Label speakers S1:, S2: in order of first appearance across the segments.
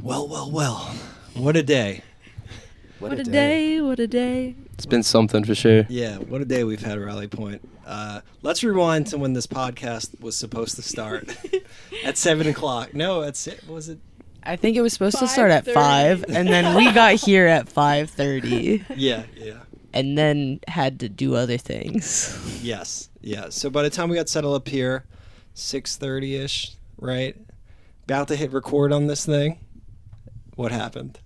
S1: Well, well, well. What a day.
S2: What, a day. What a day.
S3: It's been something for sure.
S1: Yeah, what a day we've had at Rally Point. Uh, let's rewind to when this podcast was supposed to start at 7 o'clock. No, at si Was it?
S4: I think it was supposed to start at
S2: 5:30.
S4: five, and then we got here at five thirty,
S1: Yeah, yeah.
S4: and then had to do other things.
S1: Yes, yeah. So by the time we got settled up here, 6.30 ish, right? About to hit record on this thing. What happened?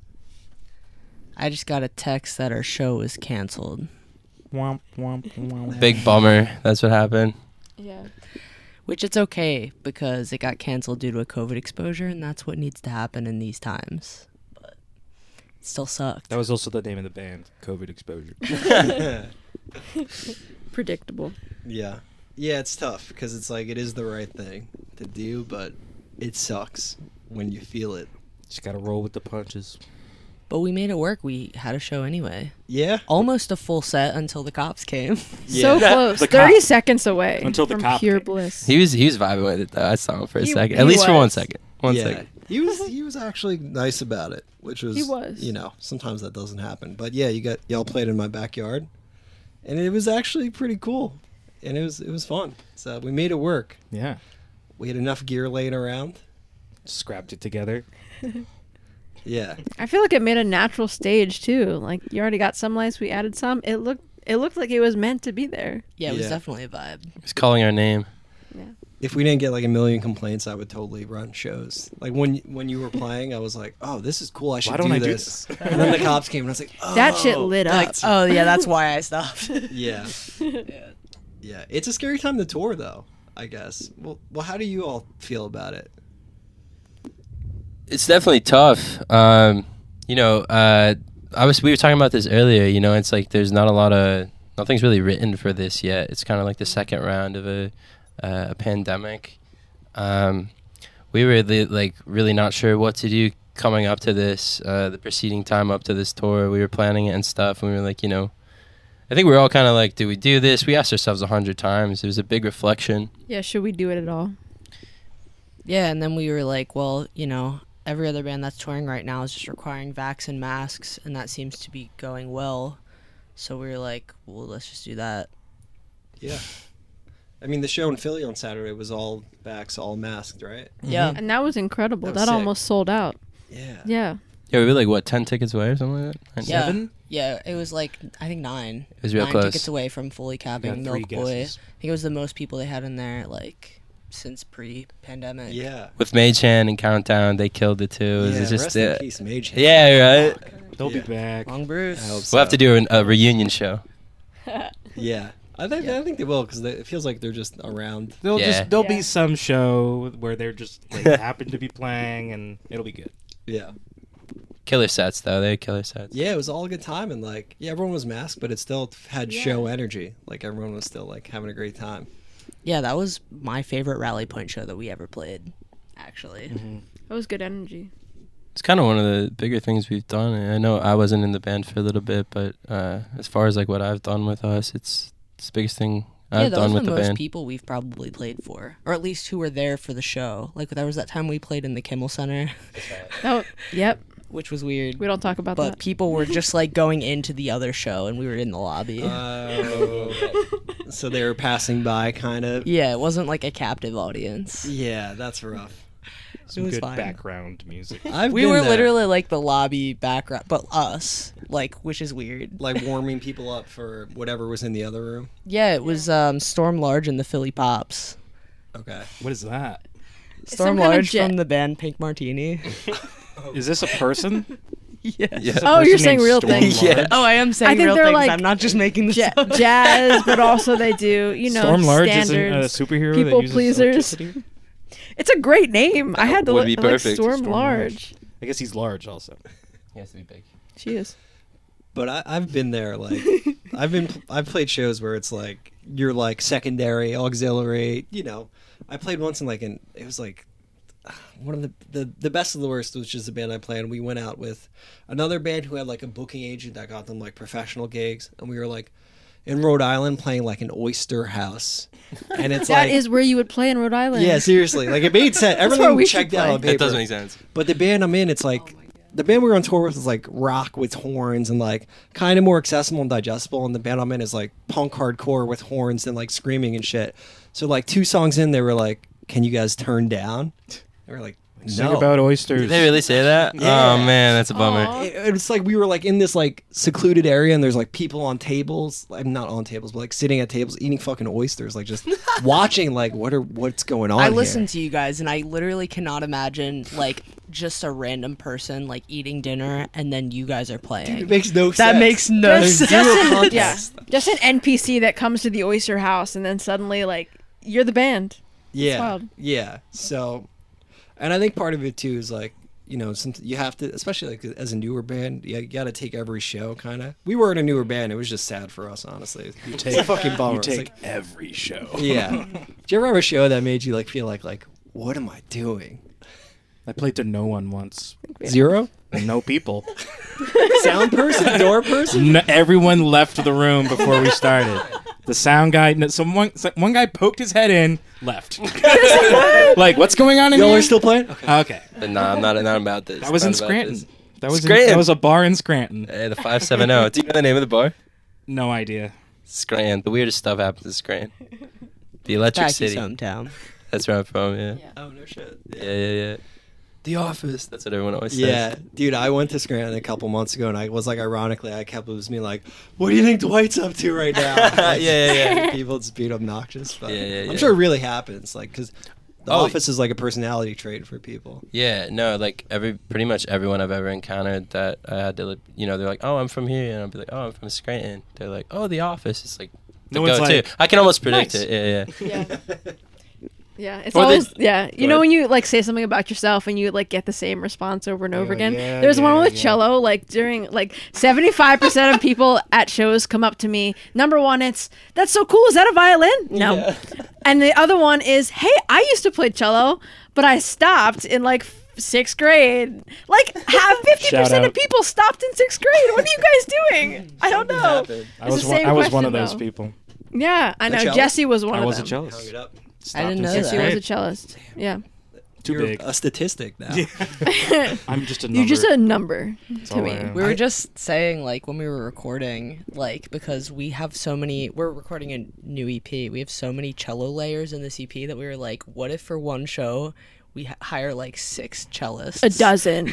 S4: I just got a text that our show was canceled.
S5: Womp, womp, womp.
S3: Big bummer. That's what happened.
S2: Yeah.
S4: Which it's okay because it got canceled due to a COVID exposure, and that's what needs to happen in these times. But it still sucked.
S5: That was also the name of the band, COVID Exposure.
S2: Predictable.
S1: Yeah. Yeah, it's tough because it's like it is the right thing to do, but it sucks when you feel it.
S5: Just gotta roll with the punches.
S4: but we made it work. We had a show anyway.
S1: Yeah.
S4: Almost a full set until the cops came.
S2: So
S1: Yeah.
S2: close.
S5: The
S2: Thirty
S5: cop.
S2: seconds away.
S5: Until the
S2: from
S5: cop
S2: pure
S5: came.
S2: bliss.
S3: He was he was vibing with it though. I saw him for a
S2: He-
S3: second,
S2: he
S3: at least for one
S2: was.
S3: second. One
S1: yeah.
S3: second.
S1: He was he was actually nice about it, which was
S2: He was.
S1: you know sometimes that doesn't happen. But yeah, you got y'all played in my backyard, and it was actually pretty cool, and it was it was fun. So we made it work.
S5: Yeah.
S1: We had enough gear laying around.
S5: Scrapped it together.
S1: Yeah,
S2: I feel like it made a natural stage too. Like you already got some lights, we added some. It looked it looked like it was meant to be there.
S4: yeah, it was
S1: Yeah.
S4: definitely a vibe.
S3: He was calling our name.
S1: if we didn't get like a million complaints, I would totally run shows. Like when when you were playing, I was like, oh, this is cool. I should
S5: Why don't
S1: do,
S5: I do
S1: this. and then the cops came, and I was like, oh,
S2: That shit lit up.
S4: Like, oh yeah, that's why I stopped.
S1: Yeah. yeah. It's a scary time to tour, though, I guess. Well, well how do you all feel about it?
S3: It's definitely tough. Um, you know, uh, I was we were talking about this earlier. You know, it's like there's not a lot of nothing's really written for this yet. It's kind of like the second round of a uh, a pandemic. Um, we were li- like really not sure what to do coming up to this, uh, the preceding time up to this tour. We were planning it and stuff, and we were like, you know, I think we were all kind of like, do we do this? We asked ourselves a hundred times. It was a big reflection.
S2: Yeah, should we do it at all?
S4: Yeah, and then we were like, well, you know, every other band that's touring right now is just requiring vax and masks, and that seems to be going well. So we were like, well, let's just do that.
S1: Yeah. I mean, the show in Philly on Saturday was all backs, all masked, right?
S3: Mm-hmm.
S4: Yeah.
S2: And that was incredible.
S1: That
S2: That,
S1: was sick.
S2: almost sold out.
S1: Yeah.
S2: Yeah.
S3: Yeah, we were like what ten tickets away or something like that.
S4: Yeah.
S5: Seven?
S4: Yeah, it was like I think nine.
S3: It was real
S4: nine
S3: close.
S4: tickets away from fully capping
S5: three
S4: Milk Boy. I
S5: guesses.
S4: think it was the most people they had in there like since pre-pandemic.
S1: Yeah.
S3: with Mage Hand and Countdown, they killed it too. It was
S1: yeah,
S3: just
S1: rest
S3: uh,
S1: in peace, Mage. Hand.
S3: yeah, right.
S5: They'll
S1: Yeah.
S5: be back.
S4: Long Bruce.
S1: I hope so.
S3: We'll have to do an, a reunion show.
S1: Yeah. I think, I think they will because it feels like they're just around.
S5: There'll
S3: Yeah.
S5: just there'll
S2: Yeah.
S5: be some show where they're just they happen to be playing and it'll be good.
S1: Yeah.
S3: Killer sets though, they're killer sets.
S1: Yeah, it was all a good time. And like, yeah, everyone was masked, but it still had
S2: Yeah.
S1: show energy. Like, everyone was still like having a great time.
S4: Yeah, that was my favorite Rally Point show that we ever played. Actually,
S5: Mm-hmm.
S2: That was good energy.
S3: It's kind of one of the bigger things we've done. I know I wasn't in the band for a little bit, but uh, as far as like what I've done with us, it's it's the biggest thing
S4: yeah,
S3: I've
S4: that
S3: done
S4: was
S3: with
S4: the,
S3: the,
S4: most
S3: band.
S4: people we've probably played for, or at least who were there for the show. Like there was that time we played in the Kimmel Center,
S2: Oh, yep.
S4: which was weird.
S2: We don't talk about
S4: But
S2: that.
S4: people were just like going into the other show, and we were in the lobby.
S1: Uh, Oh. so they were passing by, kind of.
S4: yeah, it wasn't like a captive audience.
S1: Yeah, that's rough.
S4: It
S5: Some
S4: was
S5: good
S4: fine.
S5: background music.
S1: I've
S4: We
S1: been
S4: were
S1: there,
S4: literally like the lobby background, but us, like, which is weird.
S1: like warming people up for whatever was in the other room.
S4: Yeah, it was um, Storm Large and the Philly Pops.
S1: Okay.
S5: What is that?
S4: Storm
S2: some kind of
S4: Large
S2: jet.
S4: from the band Pink Martini. Oh.
S5: Is this a person?
S4: yeah.
S5: Is this a
S2: Oh,
S5: person
S2: you're saying
S5: named
S2: real
S5: Storm
S1: things.
S5: Large?
S1: Yeah.
S4: Oh, I am saying
S2: I think
S4: real
S2: they're
S4: things.
S2: like
S4: I'm not just making this
S2: Ja-
S4: up.
S2: jazz, but also they do, you know,
S5: Storm Large
S2: standards.
S5: isn't a superhero that
S2: people
S5: uses
S2: pleasers.
S5: electricity?
S2: It's a great name. I had to
S3: would
S2: look
S3: be
S2: like
S3: perfect.
S2: Storm,
S5: Storm
S2: Large.
S5: Large. I guess he's large also.
S2: She is.
S1: But I, I've been there. Like, I've been I've played shows where it's like you're like secondary, auxiliary. You know, I played once in like an it was like one of the the, the best of the worst, which is the band I play. And we went out with another band who had like a booking agent that got them like professional gigs, and we were like. in Rhode Island playing like an oyster house, and it's
S2: That
S1: like
S2: is where you would play in Rhode Island.
S1: yeah, seriously, like it made sense.
S2: where
S1: Everything
S2: we should
S1: checked out
S2: play.
S1: on paper.
S3: That doesn't make sense.
S1: But the band I'm in, it's like the band we were on tour with is like rock with horns and like kind of more accessible and digestible. And the band I'm in is like punk hardcore with horns and like screaming and shit. So like two songs in, they were like, "Can you guys turn down?" And we're like, "No."
S5: Sing about oysters.
S3: Did they really say that?
S1: Yeah.
S3: Oh man, that's a bummer.
S2: Aw.
S1: it, it was like we were like in this like secluded area and there's like people on tables like not on tables but like sitting at tables eating fucking oysters like just watching like what are what's going on
S4: I
S1: here.
S4: listen to you guys, and I literally cannot imagine like just a random person like eating dinner, and then you guys are playing.
S1: it makes no sense
S4: that makes no
S1: There's
S4: sense.
S1: zero
S2: Just an-
S1: context.
S2: yeah, just an NPC that comes to the oyster house and then suddenly like you're the band.
S1: yeah
S2: wild.
S1: yeah so and i think part of it too is like you know some, you have to especially like as a newer band you got to take every show kind of we weren't a newer band it was just sad for us honestly you take it's a fucking bummer
S5: You
S1: It's
S5: take
S1: like-
S5: every show.
S1: yeah do you ever have a show that made you like feel like like what am i doing
S5: I played to no one once.
S1: zero
S5: No people.
S1: sound person door person
S5: N everyone left the room before we started. The sound guy, no, someone, so one guy poked his head in, left. like, what's going on in
S1: Y'all
S5: here?
S1: are still playing? Okay.
S5: okay.
S3: But nah, I'm not, not about this.
S5: That was
S3: Not
S5: in
S3: about
S5: Scranton.
S3: this.
S5: That was in-
S3: Scranton.
S5: that was a bar in Scranton.
S3: Eh, the 570. Do you know the name of the bar?
S5: No idea.
S3: Scranton. The weirdest stuff happens in Scranton. The Electric
S4: Back
S3: City.
S4: his hometown.
S3: That's where I'm from, yeah.
S1: Oh no shit.
S3: Yeah, yeah, yeah. The Office. That's what everyone always says.
S1: Yeah, dude, I went to Scranton a couple months ago, and I was like, ironically, I kept it was me like, "What do you think Dwight's up to right now?" Like,
S3: Yeah, yeah, yeah.
S1: People just being obnoxious, but
S3: Yeah, yeah, yeah.
S1: I'm sure it really happens, like because the
S3: Oh,
S1: office is like a personality trait for people.
S3: Yeah, no, like every pretty much everyone I've ever encountered that I had to, like, you know, they're like, "Oh, I'm from here," and I'll be like, "Oh, I'm from Scranton." They're like, "Oh, The Office." It's like the
S5: No one's
S3: go-to.
S5: like,
S3: I can almost predict
S5: "Nice."
S3: it. Yeah, yeah.
S2: Yeah. Yeah, it's
S3: Or they-
S2: always yeah. You know
S3: ahead.
S2: when you like say something about yourself and you like get the same response over and over
S5: Yeah,
S2: again.
S5: yeah,
S2: There's one
S5: yeah,
S2: with
S5: yeah.
S2: cello. Like during like 75 percent of people at shows come up to me. Number one, it's that's so cool. Is that a violin? No. And the other one is, hey, I used to play cello, but I stopped in like f- sixth grade. Like, have 50
S5: Shout
S2: percent of
S5: out.
S2: people stopped in sixth grade? What are you guys doing? I
S3: Oh.
S2: don't know.
S1: Happened.
S5: I
S2: It's
S5: was
S2: the
S5: one,
S2: same
S5: I was one of
S2: question,
S5: those
S2: though.
S5: people.
S2: Yeah, I
S1: The
S2: know.
S1: cello?
S2: Jesse was one
S5: I
S2: of
S5: was a
S2: them.
S1: Hung
S5: cellist.
S1: it up.
S4: I didn't
S5: in
S4: know
S5: sixth
S2: Jesse was
S5: grade.
S2: a cellist. Yeah.
S5: Too
S1: You're
S5: big.
S1: a statistic now.
S5: I'm just a number.
S2: You're just a number to
S5: all
S2: me.
S5: I am.
S4: We were
S1: I-
S4: just saying, like, when we were recording, like, because we have so many, we're recording a new EP. We have so many cello layers in this EP that we were like, what if for one show we h- hire like six cellists?
S2: A dozen.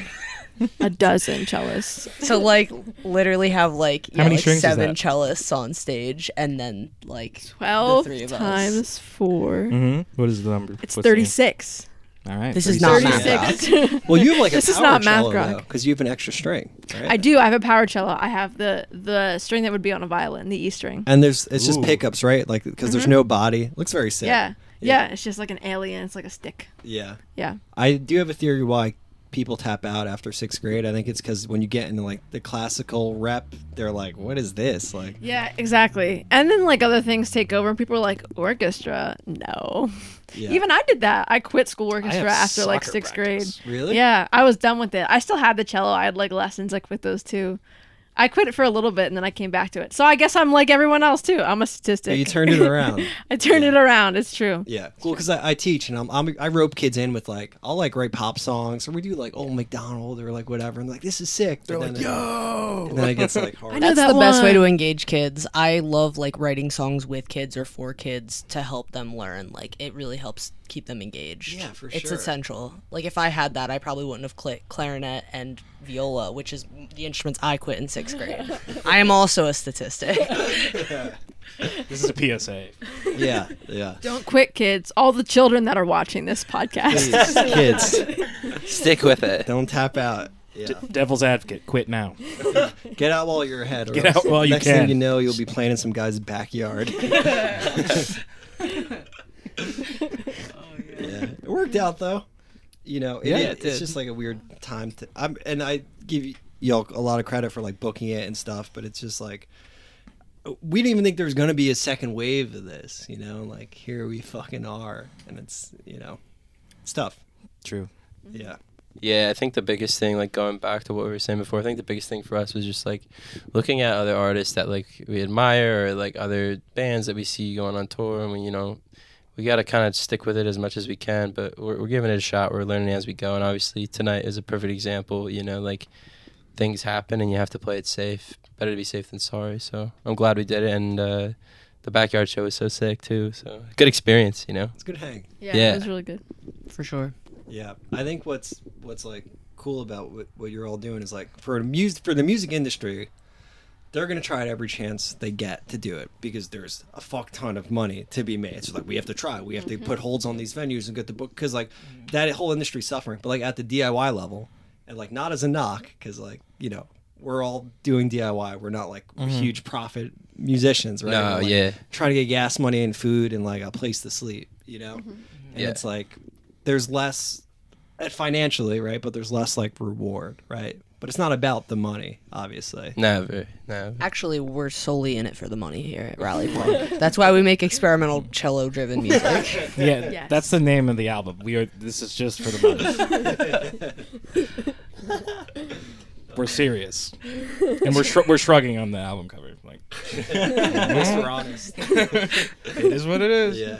S2: a dozen cellists.
S4: So, like, literally have like, yeah,
S5: many
S4: like,
S5: strings is
S4: seven
S5: that?
S4: cellists on stage and then like
S2: Twelve
S4: the three of
S2: times
S4: us.
S2: four.
S5: Mhm. What is the number?
S2: It's
S5: What's the-
S2: thirty-six.
S5: All right.
S4: This is not
S1: 36.
S4: math. rock.
S2: Thirty-six.
S1: Well, you have like a
S2: This is
S1: power
S2: not math
S1: cello
S2: rock.
S1: because you have an extra string, right?
S2: I do. I have a power cello. I have the the string that would be on a violin, the E string.
S1: And there's it's just
S5: Ooh.
S1: pickups, right? Like because there's no body. Looks very sick.
S2: Yeah. yeah. It's just like an alien. It's like a stick.
S1: Yeah.
S2: Yeah.
S1: I do have a theory why people tap out after sixth grade. I think it's because when you get into like the classical rep, they're like, "What is this?" Like,
S2: Yeah. Exactly. And then like other things take over, and people are like, orchestra. No.
S1: yeah.
S2: Even I did that. I quit school
S5: I have
S2: orchestra after like
S5: soccer
S2: sixth grade.
S5: practice.
S1: really,
S2: Yeah, I was done with it. I still had the cello. I had like lessons. I quit those too. I quit it for a little bit and then I came back to it. So I guess I'm like everyone else too. I'm a statistic.
S1: But you turned it around.
S2: I turned it around. It's true.
S1: Yeah, cool. Because I, I teach and I'm, I'm I rope kids in with like I'll like write pop songs or we do like old McDonald or like whatever and like this is sick. But
S5: They're
S1: then
S5: like,
S1: it-
S5: yo.
S1: and then it gets like hard.
S2: know
S4: That's
S2: that
S4: the best way
S2: one.
S4: to engage kids. I love like writing songs with kids or for kids to help them learn. Like it really helps keep them engaged.
S1: Yeah, for
S4: It's
S1: sure.
S4: essential. Like if I had that, I probably wouldn't have cl- clarinet and viola, which is the instruments I quit in sixth grade. I am also a statistic.
S5: This is a PSA.
S1: yeah, yeah.
S2: Don't quit, kids. All the children that are watching this podcast.
S1: Please, kids,
S3: Stick with it.
S1: don't tap out. Yeah,
S5: Devil's advocate. Quit now.
S1: get out while you're ahead. Or
S5: Get
S1: else
S5: out while you
S1: next
S5: can.
S1: thing you know, you'll be playing in some guy's backyard. yeah, it worked out though. You know, it-
S5: Yeah,
S1: it-
S5: it
S1: it's
S5: did.
S1: just like a weird time. To, I'm and I give y- y'all a lot of credit for like booking it and stuff, but it's just like we didn't even think there was gonna be a second wave of this. You know, like here we fucking are, and it's you know, it's tough.
S5: True.
S1: Yeah,
S3: Yeah, I think the biggest thing, like going back to what we were saying before, I think the biggest thing for us was just like looking at other artists that like we admire or like other bands that we see going on tour, and we you know we got to kind of stick with it as much as we can. But we're, we're giving it a shot. We're learning as we go, and obviously tonight is a perfect example. You know, like things happen, and you have to play it safe. Better to be safe than sorry. So I'm glad we did it, and uh, the backyard show was so sick too. So good experience, you know.
S1: It's a good hang.
S2: Yeah,
S3: Yeah.
S2: it was really good.
S4: for sure.
S1: Yeah, I think what's what's like cool about what, what you're all doing is like for mus for the music industry, they're gonna try it every chance they get to do it because there's a fuck ton of money to be made. So like we have to try, we have to put holds on these venues and get the book because like that whole industry's suffering. But like at the DIY level, and like not as a knock because like you know we're all doing DIY. We're not like huge profit musicians, right?
S3: No,
S1: We're, like,
S3: yeah.
S1: trying to get gas money and food and like a place to sleep, you know? And
S3: Yeah.
S1: it's like there's less uh, financially, right? But there's less like reward, right? But it's not about the money, obviously.
S3: Never, never.
S4: Actually, we're solely in it for the money here at Rally Point. That's why we make experimental cello-driven music.
S5: Yeah,
S2: Yes.
S5: that's the name of the album. We are. This is just for the money. we're serious, and we're shrug we're shrugging on the album cover. Like
S1: At least we're honest.
S5: it is what it is.
S1: Yeah.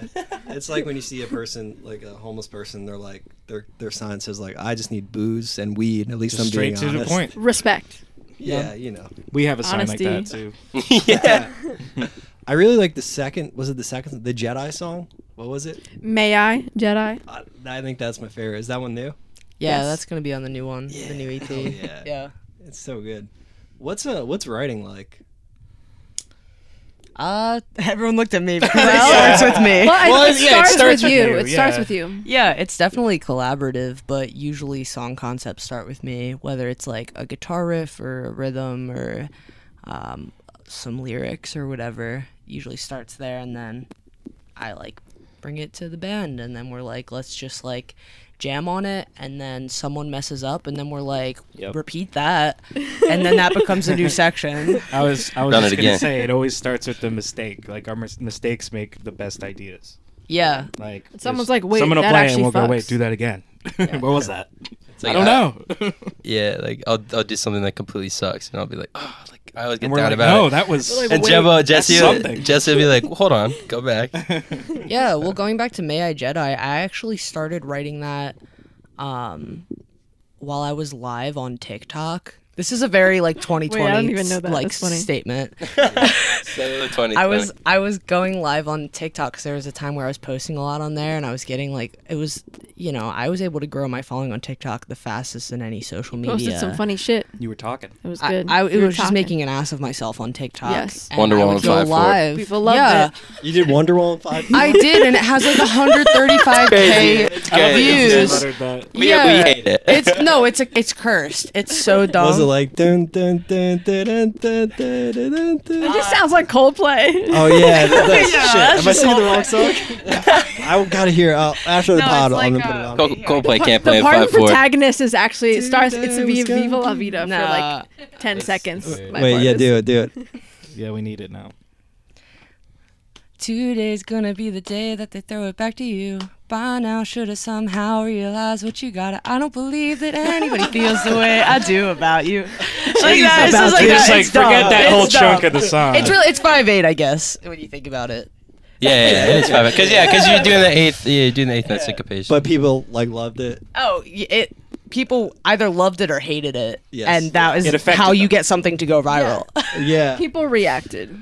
S1: It's like when you see a person, like a homeless person, they're like their their sign says like, I just need booze and weed. and At least
S5: Just
S1: I'm being
S5: straight to the
S1: honest."
S5: point.
S2: Respect.
S1: Yeah, you know.
S5: We have a sign like that
S2: Honesty.
S5: too.
S3: yeah.
S1: I really like the second. Was it the second? The Jedi song. What was it?
S2: May I, Jedi?
S1: I, I think that's my favorite. Is that one new?
S4: Yeah,
S2: Yes.
S4: that's gonna be on the new one, the new EP.
S1: Hell yeah.
S4: yeah.
S1: It's so good. What's uh what's writing like?
S4: Uh, everyone looked at me because it starts with me.
S2: Well, I-
S5: Well,
S2: it,
S5: yeah, it
S2: starts with
S5: starts with
S2: you.
S5: you,
S2: It starts
S5: yeah.
S2: with you.
S4: Yeah, it's definitely collaborative, but usually song concepts start with me, whether it's like a guitar riff or a rhythm or um, some lyrics or whatever. Usually starts there, and then I like bring it to the band, and then we're like, let's just like jam on it, and then someone messes up, and then we're like, repeat that, and then that becomes a new section.
S5: I was I
S3: Done
S5: was just
S3: it
S5: gonna
S3: again.
S5: say it always starts with the mistake. Like our mis- mistakes make the best ideas.
S4: Yeah,
S5: Like
S2: Someone's
S5: there's-
S2: like, "Wait,
S5: someone will
S2: that
S5: play
S2: actually
S5: and we'll go, wait,
S2: fucks."
S5: do that again. what was that?
S3: It's like, uh,
S5: I don't know.
S3: Yeah, like I'll I'll do something that completely sucks, and I'll be like, oh, like I always get
S5: and we're
S3: down
S5: like,
S3: about
S5: no,
S3: it.
S5: that was
S3: and
S5: wait,
S3: Jebo,
S5: that's
S3: Jesse,
S5: something.
S3: Jesse would be like, hold on, go back.
S4: yeah well going back to may i jedi i actually started writing that um while i was live on tiktok this is a very like 2020
S2: even know that.
S4: like
S2: That's funny.
S4: statement
S3: So 20,
S4: I was I was going live on TikTok because there was a time where I was posting a lot on there, and I was getting like it was you know I was able to grow my following on TikTok the fastest in any social media.
S2: Posted some funny shit.
S5: You were talking.
S2: It was
S4: I-
S2: good.
S4: I, it
S2: We were
S4: was just
S2: talking.
S4: making an ass of myself on TikTok.
S2: Yes.
S4: and
S3: Wonderwall
S4: I
S3: and
S4: would go
S3: Five Four.
S4: live.
S2: People loved
S4: yeah.
S2: it.
S1: You did Wonderwall in five.
S4: I did, and it has like 135k views.
S5: Muttered that.
S3: We- we hate it.
S4: it's no, it's a, it's cursed. It's so dumb.
S1: Was it like dun dun dun dun dun dun dun dun dun?
S2: It
S1: dun?
S2: just sounds like Coldplay.
S1: Oh yeah, that, that's,
S2: Yeah,
S1: shit. Am
S2: that's
S1: I
S2: just
S1: singing the
S2: all-
S1: wrong song? I gotta hear uh, after the
S2: No,
S1: pod.
S2: it's like,
S1: I'm gonna put it
S2: uh,
S1: on.
S3: Col- Coldplay can't play
S2: the
S3: in
S2: part
S3: five
S2: of
S3: four.
S2: protagonist is actually it starts. It's a
S1: Today was
S2: Viva,
S1: gonna
S2: Viva La
S1: be-
S2: Vida for
S4: Nah.
S2: like ten seconds. My
S1: Wait,
S2: part
S1: yeah,
S2: is-
S1: do it, do it.
S5: Yeah, we need it now.
S4: Today's gonna be the day that they throw it back to you. By now, should have somehow realized what you got. I don't believe that anybody feels the way I do about you. Like that, it's just like
S5: Just
S4: that.
S5: like
S4: It's
S5: forget
S4: dumb.
S5: that
S4: It's
S5: whole
S4: dumb.
S5: chunk of the song.
S4: It's really it's five eight, I guess, when you think about it.
S3: yeah, yeah, it is five. Because yeah, because you're doing the eighth. Yeah, you're doing the eighth note syncopation.
S1: But people like loved it.
S4: Oh, y- it people either loved it or hated it,
S1: Yes.
S4: and that is
S5: It affected
S4: how you
S5: them.
S4: get something to go viral.
S1: Yeah,
S2: People reacted.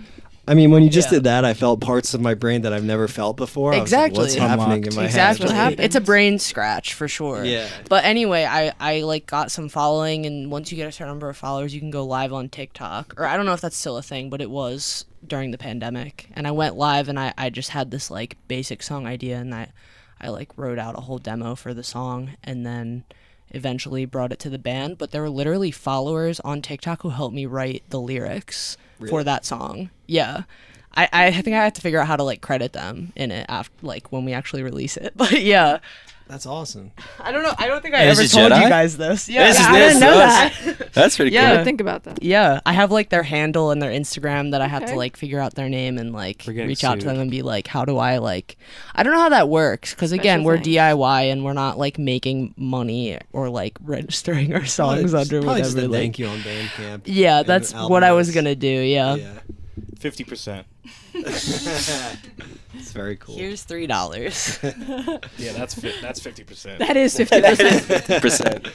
S1: I mean, when you just
S4: Yeah.
S1: did that, I felt parts of my brain that I've never felt before. I was like,
S4: Exactly.
S1: What's happening in
S5: Unlocked.
S1: my
S4: exactly.
S1: head?
S2: what happens.
S4: It's a brain scratch for sure.
S1: Yeah.
S4: But anyway, I I like got some following, and once you get a certain number of followers, you can go live on TikTok. Or I don't know if that's still a thing, but it was during the pandemic. And I went live, and I I just had this like basic song idea, and I I like wrote out a whole demo for the song, and then eventually brought it to the band. But there were literally followers on TikTok who helped me write the lyrics for that song. Yeah. I, I think I have to figure out how to like credit them in it after like when we actually release it. But yeah.
S1: That's awesome.
S4: I don't know. I don't think I
S3: Hey, this
S4: ever
S3: is
S4: told
S3: Jedi?
S4: you guys this. Yeah,
S3: This
S4: yeah,
S3: is
S4: I
S3: this.
S4: didn't
S2: know
S3: that's, that's pretty
S4: Yeah.
S3: cool.
S2: But think about that.
S4: Yeah, I have like their handle and their Instagram that I have
S2: Okay.
S4: to like figure out their name and like
S5: We're getting
S4: reach out to
S5: sued.
S4: them and be like, how do I like? I don't know how that works because again,
S2: Special
S4: we're
S2: thanks.
S4: DIY and we're not like making money or like registering our songs
S1: Probably-
S4: under
S1: probably
S4: whatever.
S1: just a
S4: like-
S1: thank you on Bandcamp.
S4: Yeah,
S1: and
S4: that's
S1: album
S4: what I was
S1: notes.
S4: gonna do. Yeah.
S1: Yeah,
S5: Fifty percent.
S1: it's very cool.
S4: Here's three dollars.
S5: Yeah, that's fi- that's fifty percent.
S2: That is 50%.
S3: Percent.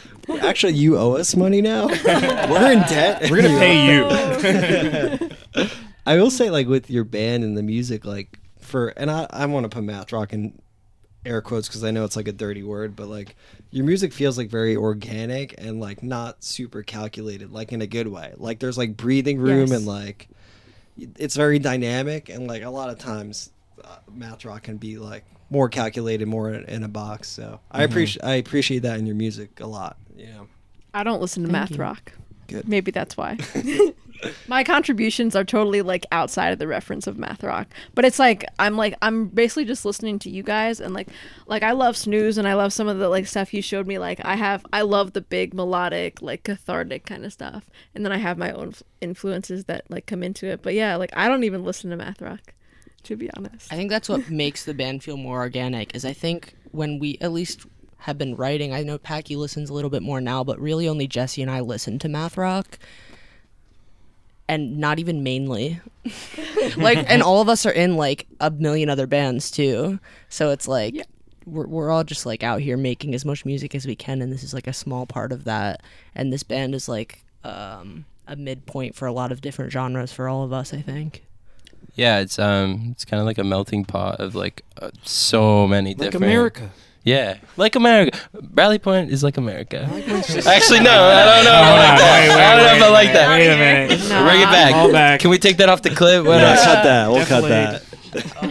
S1: Actually, you owe us money now. We're in debt.
S5: We're gonna pay you.
S1: I will say, like with your band and the music, like for and I, I want to put math rock in air quotes because I know it's like a dirty word, but like your music feels like very organic and like not super calculated, like in a good way. Like there's like breathing room
S4: Yes.
S1: and like it's very dynamic and like a lot of times uh, math rock can be like more calculated, more in, in a box. So I appreciate I appreciate that in your music a lot. You know.
S2: I don't listen to math rock.
S1: Good.
S2: Maybe that's why. My contributions are totally like outside of the reference of math rock. But it's like I'm like I'm basically just listening to you guys and like like I love snooze and I love some of the like stuff you showed me like I have I love the big melodic like cathartic kind of stuff. And then I have my own f- influences that like come into it. But yeah, like I don't even listen to math rock to be honest.
S4: I think that's what makes the band feel more organic. Is I think when we at least have been writing, I know Packy listens a little bit more now, but really only Jesse and I listen to math rock, and not even mainly. like, and all of us are in like a million other bands too, so it's like. We're, we're all just like out here making as much music as we can and this is like a small part of that and this band is like um a midpoint for a lot of different genres for all of us i think
S3: Yeah, it's um, it's kind of like a melting pot of like uh, so many
S5: Like
S3: different.
S5: America.
S3: Yeah, like America. Rally Point is like America. Actually, no, I don't know. if I like
S5: Hold on,
S3: that.
S5: wait, wait,
S3: I don't know if I
S5: wait,
S3: like that.
S5: Wait a minute.
S2: No.
S3: Bring it back.
S5: All back.
S3: Can we take that off the clip? What
S1: Yeah,
S3: else?
S1: cut that. We'll
S5: Definitely.
S1: cut that.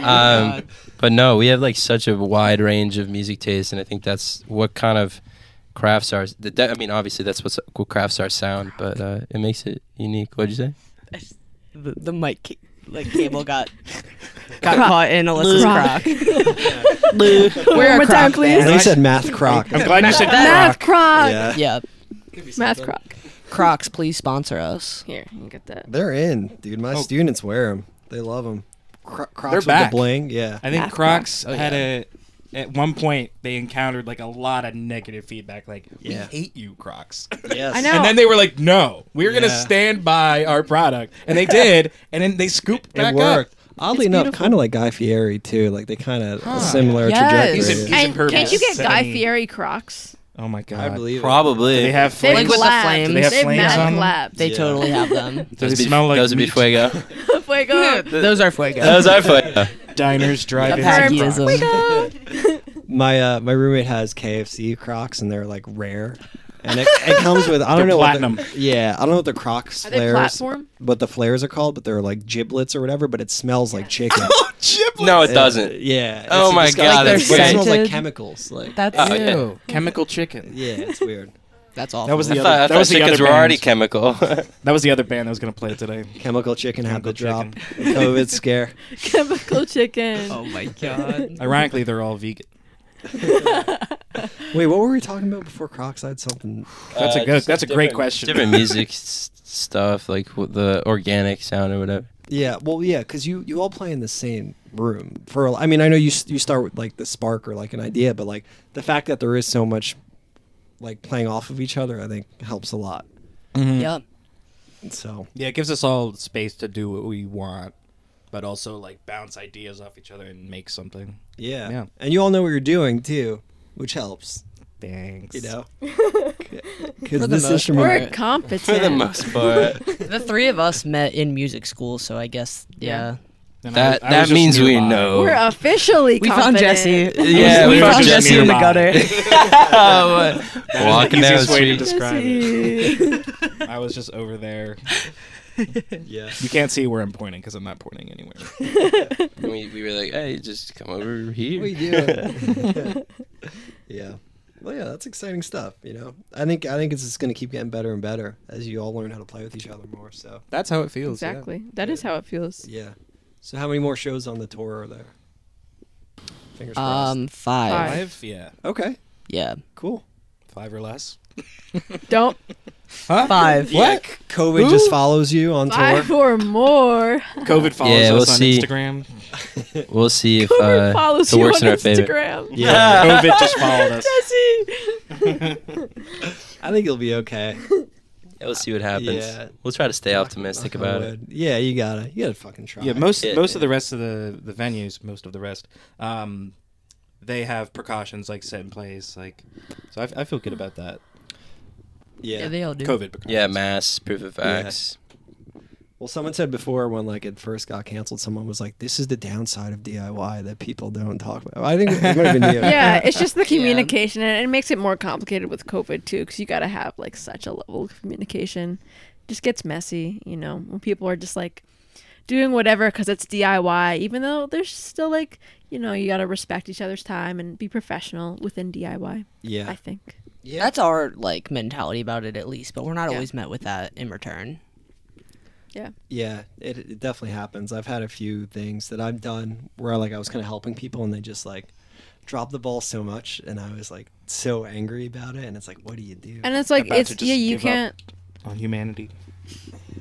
S5: Oh,
S3: um, but no, we have like such a wide range of music tastes, and I think that's what kind of crafts our. The, that, I mean, obviously that's what's, what crafts our sound, but uh, it makes it unique. What'd you say?
S4: the, the mic ca- like cable got got caught in Alyssa's
S2: Croc.
S4: crock. We're
S2: more time,
S4: a croc
S2: please.
S4: band.
S1: They said math croc.
S5: I'm glad you said
S2: math
S5: rock.
S1: Yeah,
S2: croc.
S4: Yeah,
S2: Math croc.
S4: Crocs, please sponsor us.
S2: Here, you can get that.
S1: they're in, dude. My
S5: Oh.
S1: students wear them. They love them. Cro- Crocs with
S5: back.
S1: the bling. Yeah.
S5: I think
S2: Math
S5: Crocs had a. At one point, they encountered like a lot of negative feedback, like
S1: Yeah.
S5: "We hate you, Crocs,"
S1: Yes.
S2: I know.
S5: and then they were like, "No, we're gonna
S1: Yeah.
S5: stand by our product," and they did, and then they scooped
S1: It
S5: back
S1: worked.
S5: up.
S1: Oddly enough, kind of like Guy Fieri too. Like they kind of similar
S4: Yes.
S1: trajectory.
S4: He's
S5: a-
S2: And
S5: impervious.
S2: can't you get Guy
S5: Seventy-
S2: Fieri Crocs?
S5: Oh my god!
S1: I believe it.
S3: Probably.
S5: they have
S2: They
S4: Like
S5: flames.
S4: with the
S2: collabed.
S4: flames. Do they
S5: have
S2: They've
S5: flames
S2: mad
S5: on them?
S2: collabed.
S4: They totally have them.
S5: They
S3: Those would be-
S5: smell like
S3: those would be
S5: meat.
S3: fuego.
S2: Fuego.
S4: Those are fuego.
S3: Those are fuego.
S5: Diners, drive-ins,
S4: Apparently.
S5: and Crocs.
S4: Fuego.
S1: My uh, my roommate has KFC Crocs, and they're like rare. And it, it comes with I don't
S5: They're
S1: know
S5: platinum.
S1: What the- yeah, I don't know what the Crocs
S2: Are they
S1: flares,
S2: platform?
S1: what the flares are called, but they're like giblets or whatever. But it smells like chicken.
S3: No, it
S1: Uh,
S3: doesn't.
S1: yeah.
S3: Oh
S1: it's
S3: my
S1: disgusting-
S3: God,
S1: It
S3: that's weird.
S1: smells like
S4: Scented.
S1: chemicals. Like
S4: That's
S3: Oh, yeah.
S5: Ew. Chemical chicken.
S1: yeah, it's weird.
S4: that's awful.
S5: That was the
S3: I
S5: other.
S3: thought, I
S5: that
S3: thought
S5: was the
S3: chickens
S5: other
S3: were already
S5: band.
S3: chemical.
S5: That was the other band that was gonna play today.
S1: Chemical chicken had the
S5: Chemical
S1: drop. COVID scare.
S2: Chemical chicken.
S4: oh my god.
S5: Ironically, they're all vegan.
S1: Wait, what were we talking about before Crocs? I had something.
S5: That's a
S3: Uh,
S5: good.
S3: just
S5: That's a great
S3: different-
S5: question.
S3: Different music s- stuff, like wh- the organic sound or whatever.
S1: Yeah, well, yeah, because you you all play in the same room for. a- I mean, I know you s- you start with like the spark or like an idea, but like the fact that there is so much like playing off of each other, I think helps a lot.
S4: Yep.
S1: So
S5: Yeah, it gives us all space to do what we want, but also like bounce ideas off each other and make something.
S1: yeah,
S5: Yeah.
S1: and you all know what you're doing too, which helps.
S5: Thanks.
S1: You know, because
S4: the
S1: this
S4: most
S1: instrument.
S2: We're
S4: Right.
S2: competent.
S3: For the most part,
S4: The three of us met in music school, so I guess yeah.
S5: And I-
S3: that
S5: I was
S3: that
S5: just
S3: means we
S5: nearby.
S3: know.
S2: We're officially
S4: We
S2: competent.
S4: found Jesse.
S3: Yeah,
S5: We
S3: we
S5: were
S3: found
S5: just
S3: Jesse in the
S5: nearby.
S3: gutter.
S5: That is
S3: Walking
S5: the
S3: down the
S5: easiest way to
S3: street.
S5: describe it.
S2: Jesse.
S5: I was just over there.
S1: Yeah.
S5: You can't see where I'm pointing because I'm not pointing anywhere.
S3: And we, we were like, hey, just come over here.
S1: What are you doing? yeah. Well, yeah, that's exciting stuff. You know, I think I think it's just going to keep getting better and better as you all learn how to play with each other more. So
S5: That's how it feels. yeah.
S2: exactly. That is how it feels.
S1: yeah. So how many more shows on the tour are there? Fingers crossed.
S4: Um, five.
S2: Five.
S5: Five? Yeah.
S1: Okay,
S4: Yeah,
S1: cool.
S5: Five or less.
S2: Don't
S5: Huh?
S4: five.
S5: What?
S1: Yeah, COVID
S5: uh, Who?
S1: just follows you on
S2: five
S1: tour.
S2: or more.
S5: COVID follows
S3: Yeah, we'll
S5: us on
S3: see.
S5: Instagram.
S3: We'll see if
S2: Corey
S3: uh,
S2: follows
S3: the
S2: you on
S3: works in our favor.
S2: Instagram.
S1: Yeah,
S5: COVID just followed us.
S1: I think you'll be okay.
S3: Yeah, we'll see what happens.
S1: Yeah.
S3: We'll try to stay optimistic
S1: Knock on
S3: about it.
S1: wood. Yeah, you gotta, you gotta fucking try.
S5: Yeah, most
S3: Yeah,
S5: most of the rest of the the venues, most of the rest, um, they have precautions like set in place, like. So I, I feel good about that.
S1: yeah.
S4: Yeah, they all do.
S5: COVID precautions.
S3: Yeah, mass proof of facts.
S1: Well, someone said before when like it first got canceled, someone was like, "This is the downside of DIY that people don't talk about." I think it might have been you.
S2: yeah, it's just the communication, and it makes it more complicated with COVID too, because you got to have like such a level of communication. It just gets messy, you know, when people are just like doing whatever because it's DIY, even though there's still like, you know, you got to respect each other's time and be professional within DIY.
S1: Yeah.
S2: I think.
S4: That's our like mentality about it, at least. But we're not
S2: Yeah.
S4: always met with that in return.
S1: Yeah, it, it definitely happens. I've had a few things that I've done where like I was kind of helping people and they just like dropped the ball so much, and I was like so angry about it. And it's like, what do you do?
S2: And it's like
S5: About to
S2: it's
S5: just
S2: yeah, you
S5: give up.
S2: can't
S5: On humanity.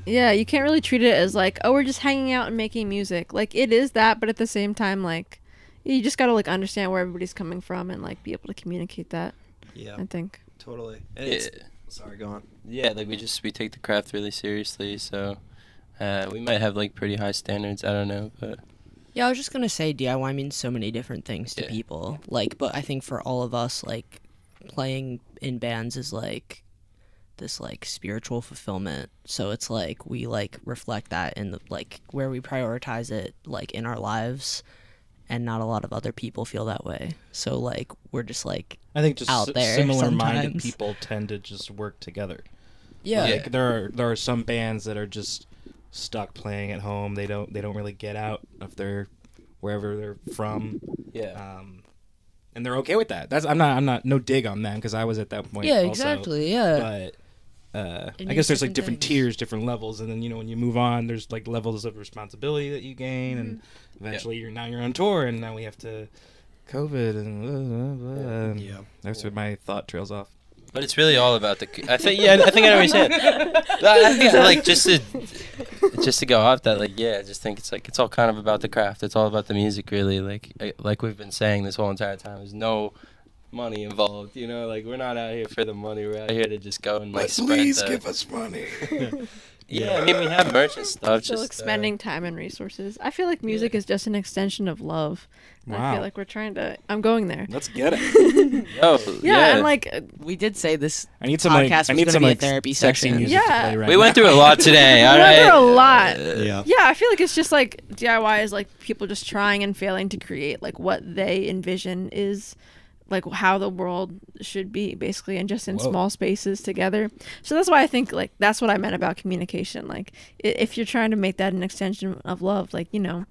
S2: yeah, you can't really treat it as like oh, we're just hanging out and making music. Like it is that, but at the same time, like you just got to like understand where everybody's coming from and like be able to communicate that.
S1: yeah,
S2: I think.
S1: totally.
S3: Yeah.
S1: And it's, Sorry, go on.
S3: yeah, like we just we take the craft really seriously, so uh, we might have like pretty high standards. I don't know, but
S4: Yeah, I was just gonna say DIY means so many different things to
S3: Yeah.
S4: people. Like, but I think for all of us, like playing in bands is like this like spiritual fulfillment. So it's like we like reflect that in the like where we prioritize it like in our lives, and not a lot of other people feel that way. So like we're just like
S5: I think just
S4: Out
S5: s-
S4: there
S5: similar-minded
S4: sometimes.
S5: people tend to just work together.
S4: yeah,
S5: Like there are there are some bands that are just stuck playing at home. They don't they don't really get out of their wherever they're from.
S3: yeah,
S5: Um, and they're okay with that. That's I'm not I'm not no dig on them because I was at that point.
S4: yeah,
S5: also.
S4: exactly, yeah.
S5: But uh, I
S4: needs
S5: guess there's like
S4: different
S5: different tiers, different levels, and then you know when you move on, there's like levels of responsibility that you gain, and eventually you're now you're on tour, and now we have to COVID and blah, blah, blah, and
S1: Yeah.
S5: That's what my thought trails off.
S3: but it's really all about the. c- I think yeah, I think I know what you're saying. No, I think like just to just to go off that, like yeah, I just think it's like it's all kind of about the craft. It's all about the music, really. Like I- like we've been saying this whole entire time, there's no money involved. You know, like we're not out here for the money. We're out here to just go and like spread the-
S5: us money.
S3: Yeah, I mean we have merch and stuff.
S2: still
S3: just, uh,
S2: expending time and resources. I feel like music is just an extension of love. And I
S5: Wow.
S2: feel like we're trying to. I'm going there.
S5: Let's get it.
S3: oh
S2: Yeah,
S3: yeah.
S2: and like, uh,
S4: we did say this.
S5: I need some
S4: Podcast
S5: like I
S4: was
S5: need
S4: gonna
S5: some
S4: be a
S5: like
S4: therapy
S5: sexy
S4: session.
S5: music
S2: Yeah.
S5: to play right
S3: we
S5: now.
S3: went through a lot today. All
S2: we went
S3: right.
S2: through a lot.
S3: uh,
S1: Yeah.
S2: yeah, I feel like it's just like DIY is like people just trying and failing to create like what they envision is like how the world should be basically and just in
S5: Whoa.
S2: small spaces together. So that's why I think like that's what I meant about communication. Like i- if you're trying to make that an extension of love, like you know,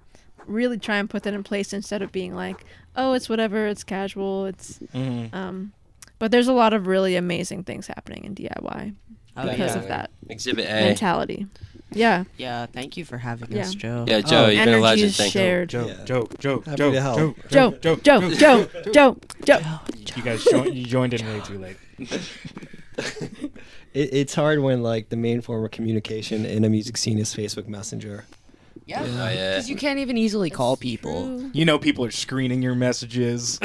S2: really try and put that in place instead of being like, oh, it's whatever, it's casual, it's
S5: Mm-hmm.
S2: um but there's a lot of really amazing things happening in DIY
S4: Oh,
S2: because
S4: yeah. Eh.
S2: of that
S3: Exhibit A.
S2: mentality. Yeah.
S4: yeah, thank you for having
S2: Yeah.
S4: us, Joe.
S3: Yeah, Joe,
S1: Oh.
S3: you've been a
S2: Energy
S3: legend.
S2: is
S3: Thank you.
S2: shared.
S5: Joke,
S1: Yeah.
S5: joke, joke,
S1: Happy
S5: joke,
S1: to help.
S5: joke,
S2: Joe, Joe,
S5: joke,
S2: Joe, Joe, Joe, Joe.
S5: You guys joined, you joined in way too late.
S1: It, it's hard when like the main form of communication in a music scene is Facebook Messenger.
S4: Yeah,
S3: Oh, yeah.
S4: because you can't even easily call people.
S5: You know people are screening your messages.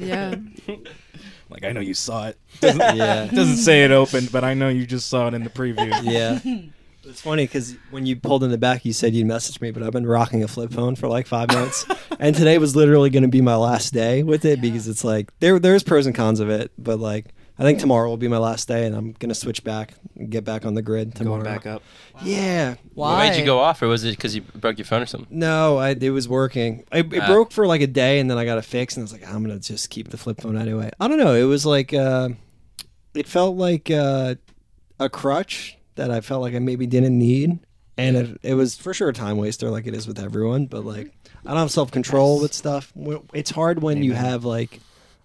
S2: Yeah.
S5: like I know you saw it. Doesn't,
S1: Yeah.
S5: doesn't say it opened, but I know you just saw it in the preview.
S1: Yeah. It's funny because when you pulled in the back, you said you'd message me, but I've been rocking a flip phone for like five months, and today was literally going to be my last day with it because it's like there there's pros and cons of it, but like I think tomorrow will be my last day, and I'm gonna switch back, and get back on the grid tomorrow.
S5: Going back up.
S1: Yeah.
S3: What
S4: Why?
S3: made you go off, or was it because you broke your phone or something?
S1: No, I, it was working. I, it
S5: Uh.
S3: Ah.
S1: broke for like a day, and then I got it fixed, and I was like, I'm gonna just keep the flip phone anyway. I don't know. It was like uh, it felt like uh, a crutch that I felt like I maybe didn't need, and it, it was for sure a time waster, like it is with everyone. But like, I don't have self control with stuff. Wh- It's hard when you have like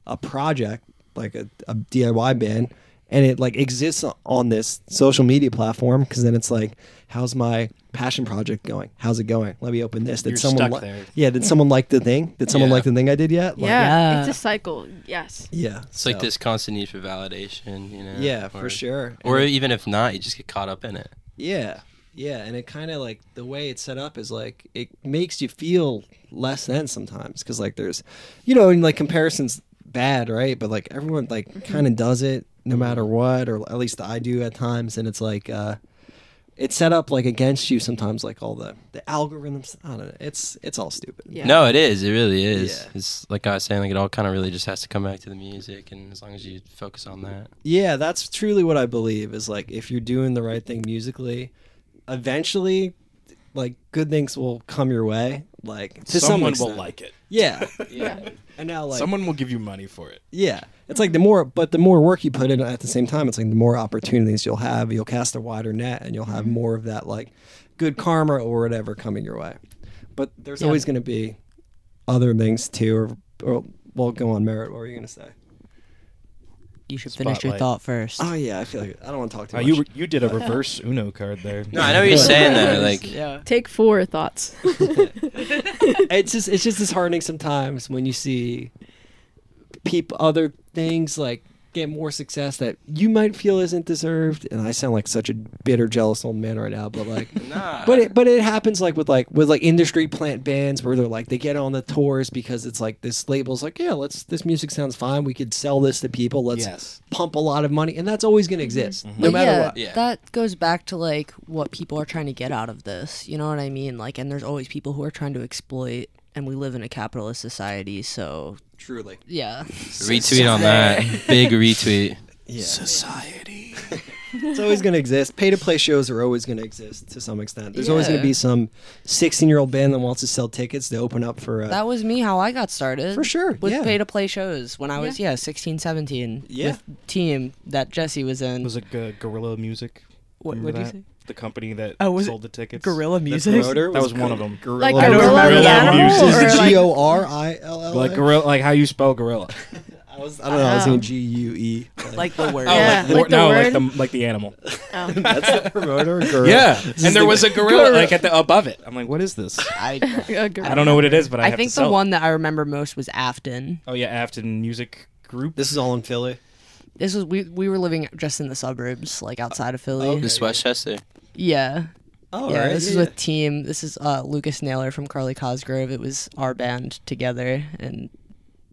S1: a project, like a, a DIY band, and it like exists o- on this social media platform because then it's like, how's my passion project going? How's it going? Let me open this. Did
S5: You're
S1: someone
S5: stuck
S1: li-
S5: there.
S1: Yeah, did someone like the thing? Did someone
S3: Yeah.
S1: like the thing I did yet? Like,
S2: yeah,
S4: Yeah.
S2: it's a cycle. Yes.
S1: yeah.
S3: It's like this constant need for validation, you know.
S1: Yeah,
S3: or-
S1: for sure.
S3: Or
S1: And-
S3: even if not, you just get caught up in it.
S1: Yeah. Yeah. And it kind of like the way it's set up is like it makes you feel less than sometimes because, like, there's, you know, and like comparison's bad, right? But like everyone, like, kind of does it no matter what, or at least I do at times. And it's like, uh, it's set up like against you sometimes, like all the the algorithms. I don't know. It's it's all stupid.
S2: Yeah.
S3: No, it is. It really is.
S1: Yeah.
S3: It's like I was saying, like it all kind of really just has to come back to the music, and as long as you focus on that,
S1: Yeah, that's truly what I believe is like if you're doing the right thing musically, eventually, like good things will come your way. Like to some
S5: Someone will
S1: extent.
S5: like it.
S1: Yeah, yeah. And now like
S5: Someone will give you money for it.
S1: yeah, it's like the more, but the more work you put in at the same time, it's like the more opportunities you'll have. You'll cast a wider net, and you'll have more of that like good karma or whatever coming your way. But there's always going to be other things too, or, or well, go on merit. What were you going to say?
S4: You should finish your
S5: Spotlight.
S4: thought first.
S1: Oh yeah, I feel like I don't want to talk too
S5: Uh,
S1: much.
S5: you you did a reverse Uno card there.
S3: no, I know what you're saying though. Like,
S4: yeah.
S2: Take four thoughts.
S1: it's just it's just disheartening sometimes when you see peop other things like get more success that you might feel isn't deserved and i sound like such a bitter jealous old man right now but like
S3: nah.
S1: but it but it happens like with like with like industry plant bands where they're like they get on the tours because it's like this label's like yeah let's this music sounds fine we could sell this to people let's
S5: Yes.
S1: pump a lot of money and that's always going to exist no
S4: But
S1: matter
S4: yeah,
S1: what
S3: Yeah.
S4: That goes back to like what people are trying to get out of this. You know what I mean? Like, and there's always people who are trying to exploit, and we live in a capitalist society, so
S1: truly
S4: yeah.
S3: retweet on that, big retweet.
S1: yeah
S5: Society.
S1: it's always going to exist. Pay to play shows are always going to exist to some extent. There's always going
S4: Yeah.
S1: to be some 16 year old band that wants to sell tickets to open up for. Uh,
S4: That was me how I got started.
S1: For sure,
S4: With
S1: yeah.
S4: pay to play shows when I was, yeah, sixteen, seventeen. 16, 17.
S1: Yeah.
S4: With team that Jesse was in.
S5: Was it uh, Gorilla Music?
S4: What-
S5: Remember
S4: what'd you
S5: that? The company that
S4: Oh, was
S5: sold the tickets.
S4: Gorilla
S5: That
S4: Music?
S5: promoter? That was,
S1: was
S5: one of them.
S1: Gorilla.
S2: Like
S5: I don't
S2: gorilla
S5: remember
S2: the
S5: that
S2: animal,
S5: music.
S2: or
S5: Is
S1: G
S2: like,
S1: O R I L L.
S5: Like gorilla, like how you spell gorilla?
S1: I was. I don't know. I was
S2: Oh.
S1: thinking G U E.
S4: Oh, like the word?
S2: Yeah.
S5: Or-
S2: Like the
S5: no,
S2: word?
S5: like the like the animal.
S1: That's the promoter. Gorilla.
S5: and there was a gorilla like at the above it. I'm like, what is this?
S4: I,
S5: I don't know what it is, but I,
S4: I
S5: have
S4: think
S5: to
S4: the
S5: sell it.
S4: one that I remember most was Afton.
S5: Oh yeah, Afton Music Group.
S1: This is all in Philly.
S4: This was we we were living just in the suburbs, like outside of Philly.
S1: okay.
S3: This Westchester.
S4: Yeah.
S1: Oh,
S4: yeah, this is a team. This is uh, Lucas Naylor from Carly Cosgrove. It was our band together, and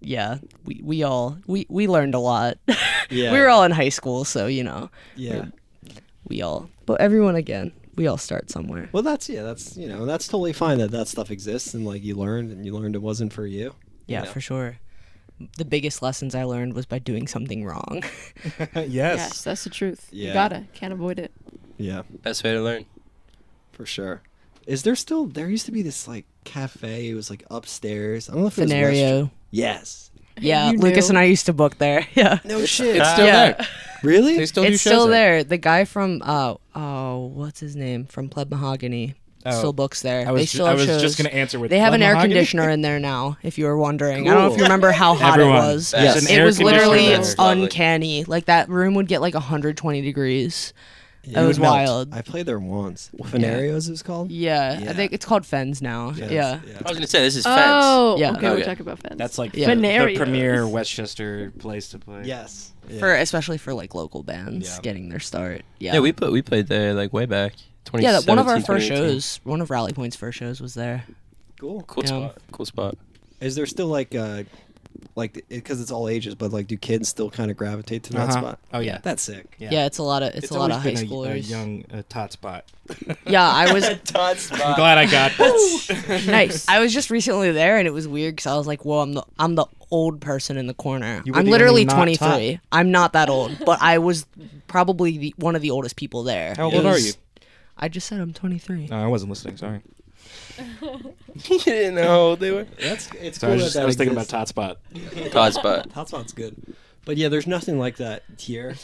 S4: yeah, we, we all we, we learned a lot.
S1: Yeah.
S4: we were all in high school, so you know
S1: Yeah.
S4: we all. But everyone again, we all start somewhere.
S1: Well, that's yeah. That's you know that's totally fine that that stuff exists and like you learned and you learned it wasn't for you.
S4: Yeah,
S1: Yeah.
S4: for sure. The biggest lessons I learned was by doing something wrong.
S5: yes.
S2: Yes, that's the truth. You
S1: Yeah.
S2: gotta. Can't avoid it.
S1: Yeah.
S3: Best way to learn.
S1: For sure. Is there still? There used to be this like cafe. It was like upstairs. I don't know if it was. West-
S4: Scenario.
S1: Yes.
S4: Yeah,
S2: You
S4: Lucas
S2: knew.
S4: and I used to book there. Yeah.
S1: No shit.
S5: It's still
S4: Yeah.
S5: there.
S1: really?
S5: They still do
S4: it's
S5: shows
S4: still there. The guy from uh oh, what's his name from Pleb Mahogany
S5: Oh.
S4: still books there.
S5: I was
S4: they
S5: ju-
S4: still
S5: I
S4: have
S5: was
S4: shows.
S5: just gonna answer with
S4: they have an
S5: Pleb
S4: air
S5: Mahogany.
S4: conditioner in there now. If you were wondering, I don't know if
S5: Cool.
S4: you remember how hot
S5: Everyone.
S4: it was.
S3: Yes.
S5: There's an
S4: It
S5: air
S4: was literally
S5: conditioner
S4: it's
S5: there.
S3: Lovely.
S4: uncanny. Like that room would get like 120 degrees.
S1: Yeah,
S4: That
S1: it
S4: was
S1: would melt.
S4: wild.
S1: I played there once. Fenarios it was called.
S4: Yeah, I
S1: Yeah.
S4: think it's called Fens now.
S1: Yes,
S4: Yeah.
S3: I was gonna say this is fence.
S2: Oh,
S4: Yeah.
S2: okay.
S3: Okay.
S2: We're talking about fence.
S5: That's like
S4: Yeah.
S5: the, the
S2: Fenarios.
S5: premier Westchester place to play.
S1: Yes. Yeah.
S4: For especially for like local bands
S5: Yeah.
S4: getting their start. Yeah.
S3: yeah. we put we played there like way back.
S4: yeah, that- one of our
S3: 2017,
S4: first
S3: 2018.
S4: shows, one of Rally Point's first shows was there.
S1: cool.
S3: Cool
S4: Yeah.
S3: spot. Cool spot.
S1: Is there still like uh like because it's all ages, but like do kids still kind of gravitate to that
S5: Uh-huh.
S1: spot?
S5: Oh yeah.
S1: That's sick.
S5: Yeah.
S4: Yeah, it's a lot of it's, a lot
S5: always
S4: of high
S5: been a-
S4: schoolers.
S5: A, young uh, tot spot.
S4: Yeah, I was
S5: I'm glad I got that.
S2: nice.
S4: I was just recently there, and it was weird because I was like, "Whoa, I'm the I'm the old person in the corner.
S5: You were
S4: I'm
S5: the
S4: literally
S5: only not
S4: 23. I'm not that old, but I was probably the, one of the oldest people there.
S5: How
S4: It
S5: old are
S4: was-
S5: you?
S4: I just said I'm 23.
S5: No, I wasn't listening. Sorry.
S3: you didn't know how old they were.
S1: That's it's
S5: Sorry,
S1: cool.
S5: I was, just,
S1: that
S5: I was thinking about
S1: exists.
S5: tot spot.
S3: Todd spot.
S1: Hot spot's good, but yeah, there's nothing like that here.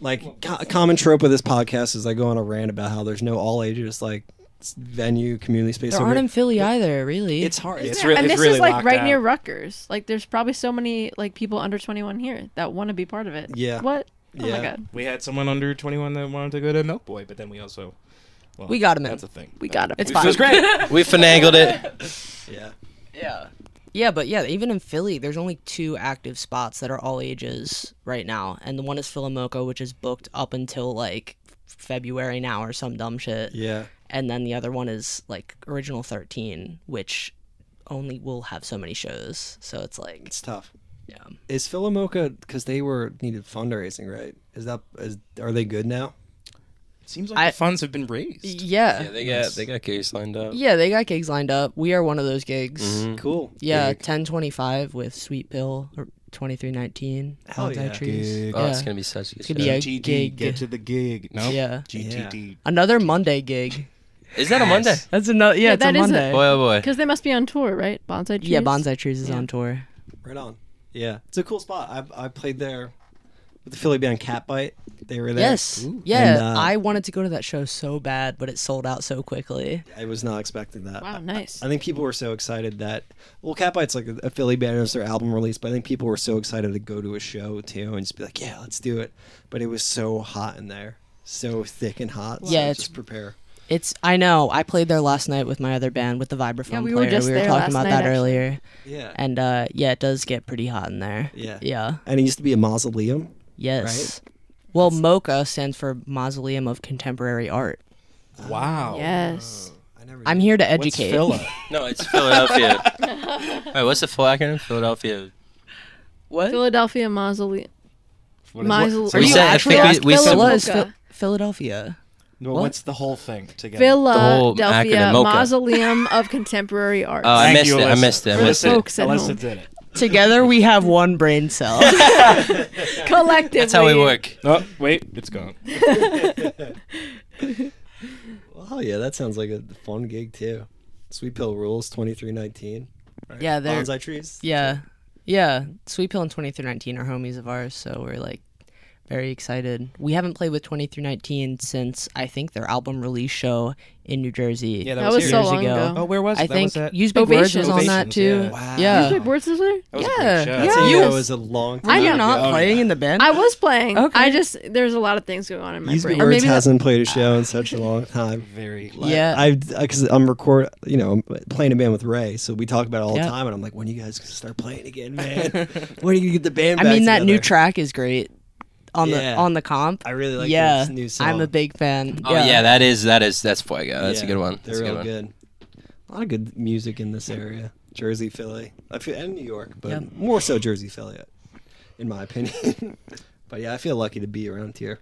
S1: Like co- a common trope of this podcast is I go on a rant about how there's no all ages like s- venue community space.
S4: There
S1: over
S4: aren't
S1: here.
S4: in Philly either, really.
S1: It's hard.
S5: It's
S1: It's
S5: really,
S2: and
S5: it's
S2: this
S5: really
S2: is like
S5: locked
S2: right
S5: out.
S2: near Rutgers. Like, there's probably so many like people under 21 here that want to be part of it.
S1: Yeah.
S2: What? Oh my God.
S5: We had someone under 21 that wanted to go to Milk Boy, but then we also well,
S4: We got him in.
S5: That's a thing.
S2: We got it.
S4: It's
S5: Which
S4: fine.
S5: was great.
S3: we finagled it.
S1: Yeah.
S4: Yeah. Yeah, but yeah, even in Philly, there's only two active spots that are all ages right now, and the one is Philomoco, which is booked up until like February now or some dumb shit,
S1: Yeah.
S4: and then the other one is like Original Thirteen, which only will have so many shows, so it's like
S1: It's tough.
S4: yeah.
S1: Is Philomoka because they were needed fundraising, right? Is that is are they good now?
S5: Seems like
S4: I-
S5: the funds have been raised.
S4: yeah,
S3: Yeah, they got they got gigs lined up.
S4: yeah, they got gigs lined up. We are one of those gigs.
S1: Cool.
S4: Yeah, ten twenty five with Sweet Pill or twenty three nineteen.
S1: Hell
S4: Holiday
S1: yeah.
S4: Trees.
S3: Oh,
S4: Yeah.
S3: it's gonna be such a good
S4: It's gonna be
S3: show.
S4: a
S5: GTD,
S4: gig.
S5: get to the gig. No.
S4: Yeah.
S5: GTD.
S4: Another Monday gig.
S3: Is that a Monday?
S4: That's another. Yeah, it's
S2: that
S4: a
S2: is a-
S4: Monday.
S3: Boy, oh boy.
S2: Because they must be on tour, right? Bonsai Trees?
S4: Yeah, Bonsai Trees is
S2: Yeah.
S4: on tour.
S1: Right on. Yeah, it's a cool spot. I I played there with the Philly band Cat Bite. They were there.
S4: Yes. Yeah,
S1: And, uh,
S4: I wanted to go to that show so bad, but it sold out so quickly.
S1: I was not expecting that.
S2: Wow, nice.
S1: I think people were so excited that well, Cat Bite's like a, a Philly band. It was their album release, but I think people were so excited to go to a show too and just be like, yeah, let's do it. But it was so hot in there, so thick and hot. so
S4: Yeah, it's-
S1: just prepare.
S4: It's I know. I played there last night with my other band with the vibraphone
S2: Yeah, we were
S4: player.
S2: just
S4: we were
S2: there
S4: talking
S2: last
S4: about
S2: night,
S4: that
S2: actually.
S4: earlier.
S1: Yeah. And,
S4: And uh yeah, it does get pretty hot in there.
S1: Yeah.
S4: Yeah.
S1: it used to be a mausoleum.
S4: Yes. Well, MOCA stands for Mausoleum of Contemporary Art.
S5: Wow.
S2: Oh. Yes.
S1: I never.
S4: I'm here to
S5: What's
S4: educate.
S5: Phila?
S3: No, it's Philadelphia. Wait, what's the full acronym? Philadelphia.
S4: What?
S2: Philadelphia Mausoleum.
S5: What is-
S2: Mausoleum.
S5: what-
S2: Were
S5: so
S2: you
S5: said-
S3: I
S4: actually
S3: think
S4: asked
S3: we, we said
S4: Phila is
S2: Mocha.
S4: Phil- Philadelphia.
S5: no,
S4: what?
S5: what's the whole thing together?
S3: whole
S2: Philadelphia
S3: acronym, Mocha.
S2: Mausoleum of Contemporary Art.
S3: Oh, I
S5: Thank
S3: missed
S5: you,
S3: it. I
S5: Alyssa.
S3: missed it. I
S2: For the
S3: missed it.
S2: folks at home.
S5: Alyssa did it.
S4: Together we have one brain cell.
S2: Collectively.
S3: That's how we work.
S5: Oh, wait, it's gone.
S1: Oh yeah, that sounds like a fun gig too. Sweet Pill rules twenty three nineteen.
S4: yeah, they're
S1: Bonsai trees.
S4: Yeah. Yeah. Sweet Pill and 2319 are homies of ours, so we're like very excited. We haven't played with 2319 since I think their album release show in New Jersey.
S5: Yeah, that,
S2: That was
S5: here.
S2: so
S4: years
S2: long
S4: ago.
S2: ago.
S5: Oh, where was
S4: I
S5: that?
S4: think
S5: was that?
S4: Use Big Words was on that
S5: Ovations,
S4: too.
S5: yeah.
S1: Wow.
S4: Yeah.
S2: Big words this way?
S5: That was
S4: Yeah.
S5: a great show.
S4: Yeah.
S1: That
S4: You-
S1: yeah. was a long.
S2: I
S1: time
S2: know.
S1: ago.
S4: not
S5: yeah.
S4: playing in the band.
S2: I was playing.
S4: Okay.
S2: I just, there's a lot of things going on in my
S1: These
S2: brain.
S1: Words
S4: maybe that-
S1: hasn't played a show in such a long time.
S5: Very.
S1: Like,
S4: Yeah.
S1: I because I'm record, you know, I'm playing a band with Ray, so we talk about it all
S4: Yeah.
S1: the time, and I'm like, when are you guys gonna start playing again, man? when are you gonna get the band?
S4: I
S1: back
S4: mean that new
S1: together?
S4: track is great on
S1: Yeah.
S4: the on the comp.
S1: I really like
S4: yeah.
S1: this new song.
S4: I'm a big fan.
S3: Oh yeah. that is that is that's Fuego. That's a
S1: Yeah,
S3: good one.
S1: They're
S3: That's a
S1: real
S3: good one.
S1: good. A lot of good music in this area, Jersey, Philly, I feel, and New York, but more so Jersey, Philly, in my opinion. but yeah, I feel lucky to be around here.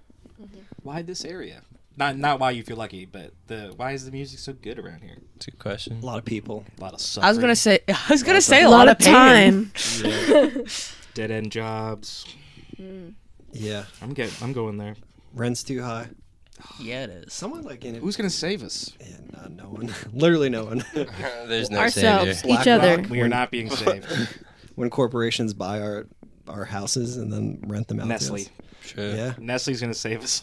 S5: Why this area? Not not why you feel lucky, but the why is the music so good around here?
S3: That's a good question.
S1: A lot of people.
S5: A lot of suffering.
S4: I was gonna say I was gonna say
S2: a lot of
S4: pain.
S2: time.
S5: dead end jobs.
S1: Yeah,
S5: I'm getting. I'm going there.
S1: rent's too high.
S4: Yeah, it is.
S1: Someone like in it.
S5: Who's gonna save us?
S1: Yeah, no, no one. Literally no one.
S3: There's no savior.
S2: Ourselves, each other.
S5: We are not being saved.
S1: when corporations buy our our houses and then rent them out. to us.
S5: Nestle.
S3: True.
S1: Yeah,
S5: Nestle's gonna save us.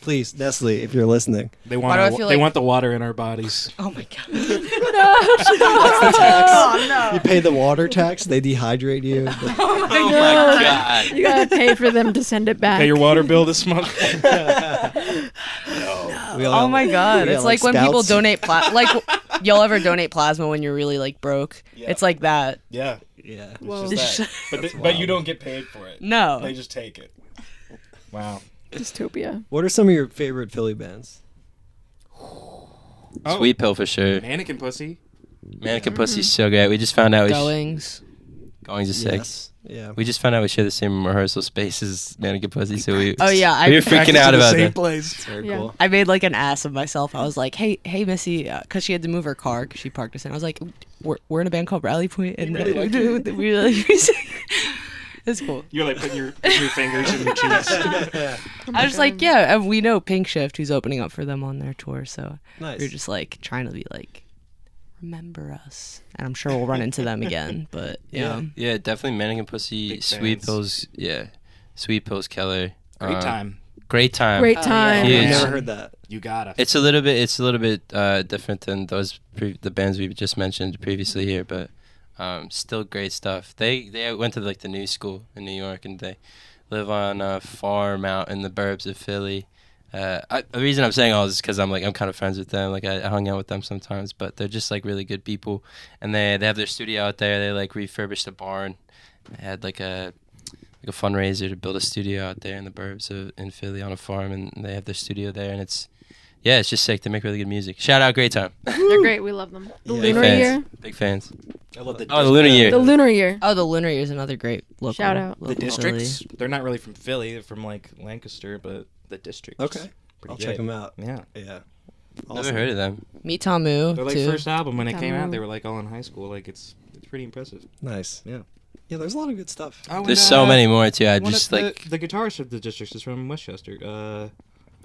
S1: please, Nestle, if you're listening.
S5: They want.
S4: do I
S5: Our,
S4: feel
S5: they
S4: like-
S5: want the water in our bodies.
S4: Oh my god.
S1: You pay the water tax, they dehydrate you.
S3: Oh my god.
S2: You gotta pay for them to send it back.
S5: Pay your water bill this month.
S1: We all-
S4: Oh my god!
S1: we all
S4: It's like, when people
S1: spouts.
S4: donate pla- like y'all ever donate plasma when you're really like broke. It's like that.
S5: yeah.
S1: Yeah.
S2: Whoa.
S5: But th- but you don't get paid for it.
S4: No.
S5: They just take it. Wow.
S2: Dystopia.
S1: What are some of your favorite Philly bands?
S5: Oh,
S3: Sweet pill for sure.
S5: Mannequin pussy.
S3: Mannequin pussy's so great. We just found out we sh-
S4: Goings.
S3: going to six.
S1: Yes. Yeah.
S3: We just found out we share the same rehearsal space as Mannequin Pussy, so we
S4: Oh yeah,
S3: we were
S4: I
S3: freaking out about that.
S5: place.
S1: Very
S2: Yeah.
S1: cool.
S4: I made like an ass of myself. I was like, hey hey Missy, because she had to move her car 'cause she parked us in. I was like, we're, we're in a band called Rally Point, and
S5: really like
S4: we we like music. It's cool.
S5: You're like putting your, putting your fingers in your cheeks.
S3: Uh,
S4: I was just like, yeah, and we know Pink Shift who's opening up for them on their tour, so
S1: Nice.
S4: we are just like trying to be like, remember us, and I'm sure we'll run into them again. But yeah.
S3: Yeah, definitely Mannequin Pussy,
S5: Big
S3: Sweet
S5: fans.
S3: Pills, yeah, Sweet Pills Keller.
S5: Great
S3: um,
S5: time.
S3: Great time.
S2: Great time.
S3: Oh, Yeah.
S1: I've
S3: Huge.
S1: never heard that.
S5: You gotta.
S3: It's a little bit. It's a little bit uh, different than those pre- the bands we just mentioned previously here, but um, still great stuff. They they went to like the new school in New York, and they live on a farm out in the burbs of Philly. Uh, I, the reason I'm saying all this is because I'm like I'm kind of friends with them. Like I, I hung out with them sometimes, but they're just like really good people, and they they have their studio out there. They like refurbished a barn, had like a like a fundraiser to build a studio out there in the burbs of, in Philly on a farm, and they have their studio there, and it's yeah, it's just sick. They make really good music. Shout out, great time.
S2: They're great. We love them. The
S1: Yeah.
S3: Big
S2: lunar
S3: fans.
S2: year.
S3: Big fans.
S5: I love the
S3: Oh, the Lunar Year.
S2: The lunar year.
S4: Oh, the Lunar Year is another great local.
S2: Shout out.
S5: The
S4: local
S5: districts. They're not really from Philly. They're from like Lancaster, but the districts.
S1: Okay.
S5: Pretty
S1: I'll
S5: good.
S1: check them out.
S5: Yeah.
S1: Yeah.
S3: Never heard of them.
S4: Philly. Meet Tamu
S5: Their like
S4: too.
S5: first album when it came out,
S2: Dumb.
S5: they were like all in high school. Like it's it's pretty impressive.
S1: Nice.
S5: Yeah.
S1: Yeah, there's a lot of good stuff.
S5: Oh,
S3: There's so many more too. I just
S5: the,
S3: like
S5: the guitarist of the districts is from Westchester. Uh,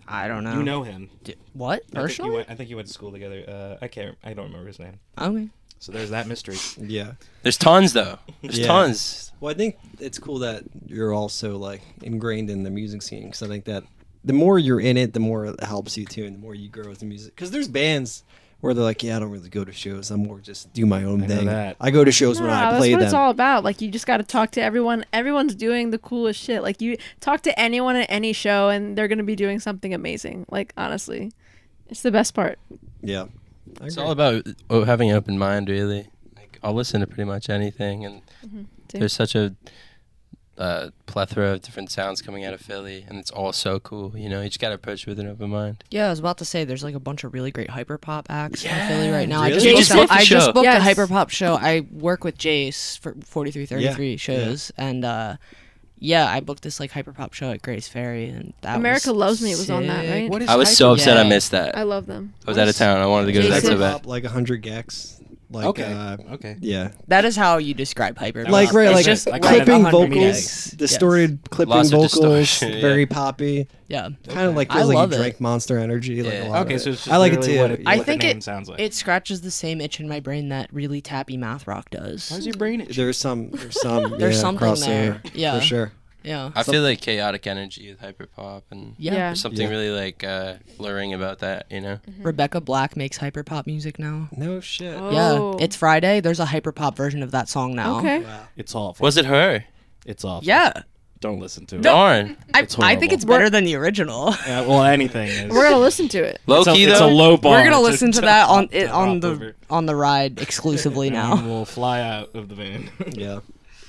S4: I don't know.
S5: You know him.
S4: D- what?
S5: I think, you
S4: Ursula?
S5: went, I think you went to school together. Uh, I can't. I don't remember his name.
S4: Okay.
S5: So there's that mystery.
S1: Yeah.
S3: there's tons though. There's
S1: Yeah.
S3: tons.
S1: Well, I think it's cool that you're also like ingrained in the music scene because I think that the more you're in it, the more it helps you too, and the more you grow with the music. Because there's bands where they're like, "Yeah, I don't really go to shows. I'm more just do my own
S5: I know
S1: thing.
S5: that.
S1: I go to shows when
S2: Nah,
S1: I
S2: that's
S1: play
S2: what
S1: them."
S2: it's all about. Like you just got to talk to everyone. Everyone's doing the coolest shit. Like you talk to anyone at any show, and they're gonna be doing something amazing. Like honestly, it's the best part.
S1: yeah, I
S3: It's
S1: agree.
S3: all about uh, having an open mind, really. Like I'll listen to pretty much anything, and
S2: Mm-hmm. Same.
S3: there's such a uh, plethora of different sounds coming out of Philly, and it's all so cool. You know, you just gotta approach it with an open mind.
S4: Yeah, I was about to say there's like a bunch of really great hyper pop acts in Philly right now.
S1: really?
S4: I
S1: You
S4: just
S3: just
S4: booked,
S3: booked the
S4: I
S3: show.
S4: just booked
S2: Yes.
S4: a hyper pop show. I work with Jace for 4333
S1: Yeah,
S4: shows and uh yeah, I booked this like hyper pop show at Grace Ferry and that
S2: America
S4: was
S2: Loves Me was on that,
S4: sick.
S2: right?
S3: I was so upset I
S4: Yeah.
S3: missed that.
S2: I
S3: I,
S2: love them.
S3: was out of town. I wanted to go to that
S2: Jason-
S3: so
S1: Hyper
S3: bad.
S1: pop, like hundred gex. Like
S5: okay.
S1: uh,
S5: okay.
S1: yeah,
S4: That is how you describe hyper pop.
S1: like right,
S5: It's
S1: like
S5: just
S1: uh,
S5: like
S1: clipping
S5: 100
S1: vocals,
S5: gigs.
S1: distorted clipping
S3: Lots of
S1: vocals,
S3: distortion, yeah.
S1: very poppy.
S4: Yeah.
S1: Kind of like
S4: I
S1: feels like
S4: love
S1: you
S4: it.
S1: drank Monster Energy. Like
S3: Yeah.
S1: a lot of
S5: Okay.
S1: it.
S5: So it's just
S1: uh, I like it
S5: literally
S1: too.
S5: What, it-
S1: yeah.
S4: I
S5: what
S4: think
S5: the name
S4: it-
S5: sounds like.
S4: It scratches the same itch in my brain that really tappy math rock
S5: Why
S4: does.
S5: is your brain itch?
S1: There's some. There's some.
S4: There's
S1: yeah,
S4: something
S1: crossover,
S4: there. Yeah.
S1: for sure.
S4: Yeah.
S3: I feel like chaotic energy with hyper pop, and
S4: Yeah.
S2: Yeah.
S3: there's something
S1: Yeah.
S3: really like uh, luring about that. You know,
S4: Rebecca Black makes hyper pop music now.
S1: No shit.
S2: Oh.
S4: Yeah. It's Friday. There's a hyper pop version of that song now.
S2: Okay.
S1: Wow.
S5: It's awful.
S3: was it her?
S5: It's awful.
S4: Yeah.
S5: Don't listen to it.
S3: Darn.
S4: I,
S5: It's
S4: I think
S5: horrible.
S4: it's better than the original.
S5: Yeah, well, anything is.
S2: We're gonna listen to it.
S5: it's, a,
S3: Loki
S5: it's a
S3: though.
S5: low bar.
S4: We're gonna listen to that on it
S5: to
S4: on
S5: hop
S4: the
S5: over.
S4: on the ride exclusively
S5: and
S4: now.
S5: we'll fly out of the van.
S1: Yeah.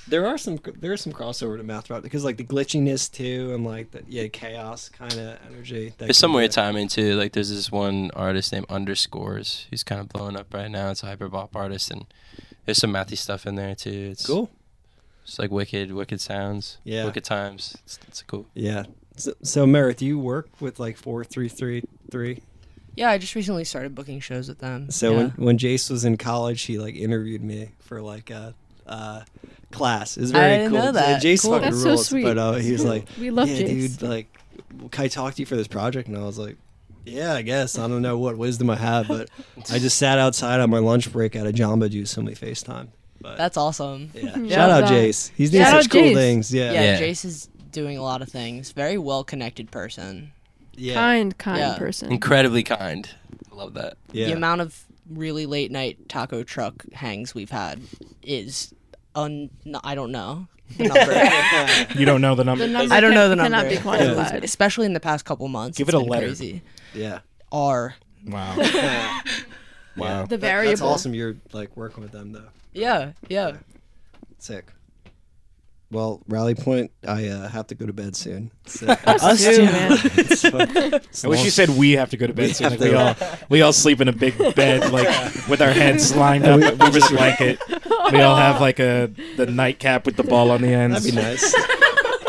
S1: There are some there is some crossover to math rock because like the glitchiness too and like the yeah chaos kind of energy. that
S3: There's
S1: can
S3: some
S1: be
S3: weird
S1: there.
S3: timing too. Like there's this one artist named Underscores who's kind of blowing up right now. It's a hyperbop artist, and there's some mathy stuff in there too. It's
S1: Cool.
S3: It's like wicked, wicked sounds.
S1: Yeah.
S3: Wicked times. It's, it's cool.
S1: Yeah. So, so Merritt, do you work with like four three three three?
S4: Yeah, I just recently started booking shows with them.
S1: So
S4: yeah.
S1: when when Jace was in college, he like interviewed me for like a. Uh, class It was very
S4: didn't
S1: cool.
S4: know that.
S1: Jace
S4: Cool.
S1: fucking
S2: That's so
S1: rules,
S2: sweet.
S1: but uh, he was like,
S2: We love
S1: yeah,
S2: Jace.
S1: dude, like, can I talk to you for this project? And I was like, yeah, I guess. I don't know what wisdom I have, but I just sat outside on my lunch break at a Jamba Juice and we FaceTime. But
S4: that's awesome.
S1: yeah.
S2: Mhm.
S1: Shout out
S2: Love that.
S1: Jace. He's doing
S2: Shout out
S1: such cool
S2: Jace.
S1: things. Yeah.
S4: Yeah,
S3: Yeah.
S4: Jace is doing a lot of things. Very well connected person.
S1: Yeah.
S2: Kind, kind
S4: Yeah.
S2: person.
S3: Incredibly kind. I love that.
S1: yeah.
S4: The amount of really late night taco truck hangs we've had is un no, I don't know. The number.
S5: you don't know the number.
S2: The number
S4: I don't know the
S2: can-
S4: number.
S2: Cannot be quantified.
S4: Especially in the past couple months.
S5: Give
S4: it's
S5: it a
S4: been
S5: letter.
S4: Crazy.
S1: yeah.
S4: R.
S5: Wow.
S1: Wow.
S2: The
S1: That-
S2: variable.
S1: That's awesome. You're like working with them though.
S4: Yeah, yeah.
S1: Sick. Well, Rally Point, I uh, have to go to bed soon. So, I
S2: Us too, man.
S5: I wish you said we have to go to bed soon.
S1: have
S5: Like we
S1: to.
S5: all we all sleep in a big bed, like with our heads lined up over a blanket. We all have like a the nightcap with the ball on the ends,
S1: That'd be nice.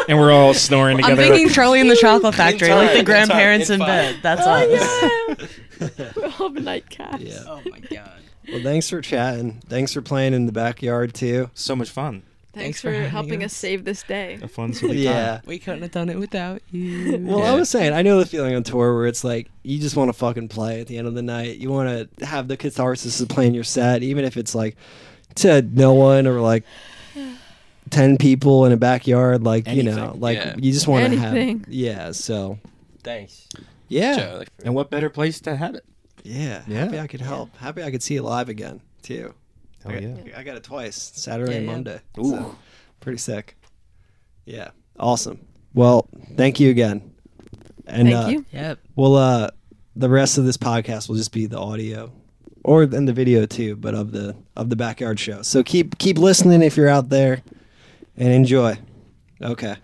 S5: and we're all snoring
S4: I'm
S5: together.
S4: thinking Charlie and the Chocolate Factory,
S3: time,
S4: like the
S3: in time,
S4: grandparents
S3: in
S4: in
S3: five.
S4: bed. That's us.
S2: we Oh, all have nightcaps.
S1: Yeah.
S4: Oh my god.
S1: Well, thanks for chatting. Thanks for playing in the backyard too.
S5: so much fun,
S2: Thanks,
S4: Thanks
S2: for,
S4: for having
S2: helping
S4: us.
S2: us save this day.
S5: a fun silly time.
S4: We couldn't have done it without you.
S1: Well, I
S3: Yeah.
S1: was saying, I know the feeling on tour where it's like you just want to fucking play at the end of the night. You want to have the catharsis of playing your set, even if it's like to no one or like ten people in a backyard. Like you know,
S5: Anything,
S1: like
S3: yeah.
S1: you just want to
S2: Anything.
S1: have. Yeah. So
S3: Thanks.
S1: yeah,
S3: Joe, like, for-
S5: And what better place to have it?
S1: yeah.
S5: Yeah.
S1: Happy I could help. Happy I could see it live again too.
S5: Oh yeah.
S1: I got it twice, Saturday
S4: Yeah,
S1: and
S4: yeah.
S1: Monday.
S5: Ooh.
S1: So, pretty sick. Yeah. Awesome. Well, thank you again. And
S2: Thank
S1: uh,
S2: you.
S4: Yep.
S1: Well, uh, the rest of this podcast will just be the audio, or and the video too, but of the of the backyard show. So keep keep listening if you're out there, and enjoy. Okay.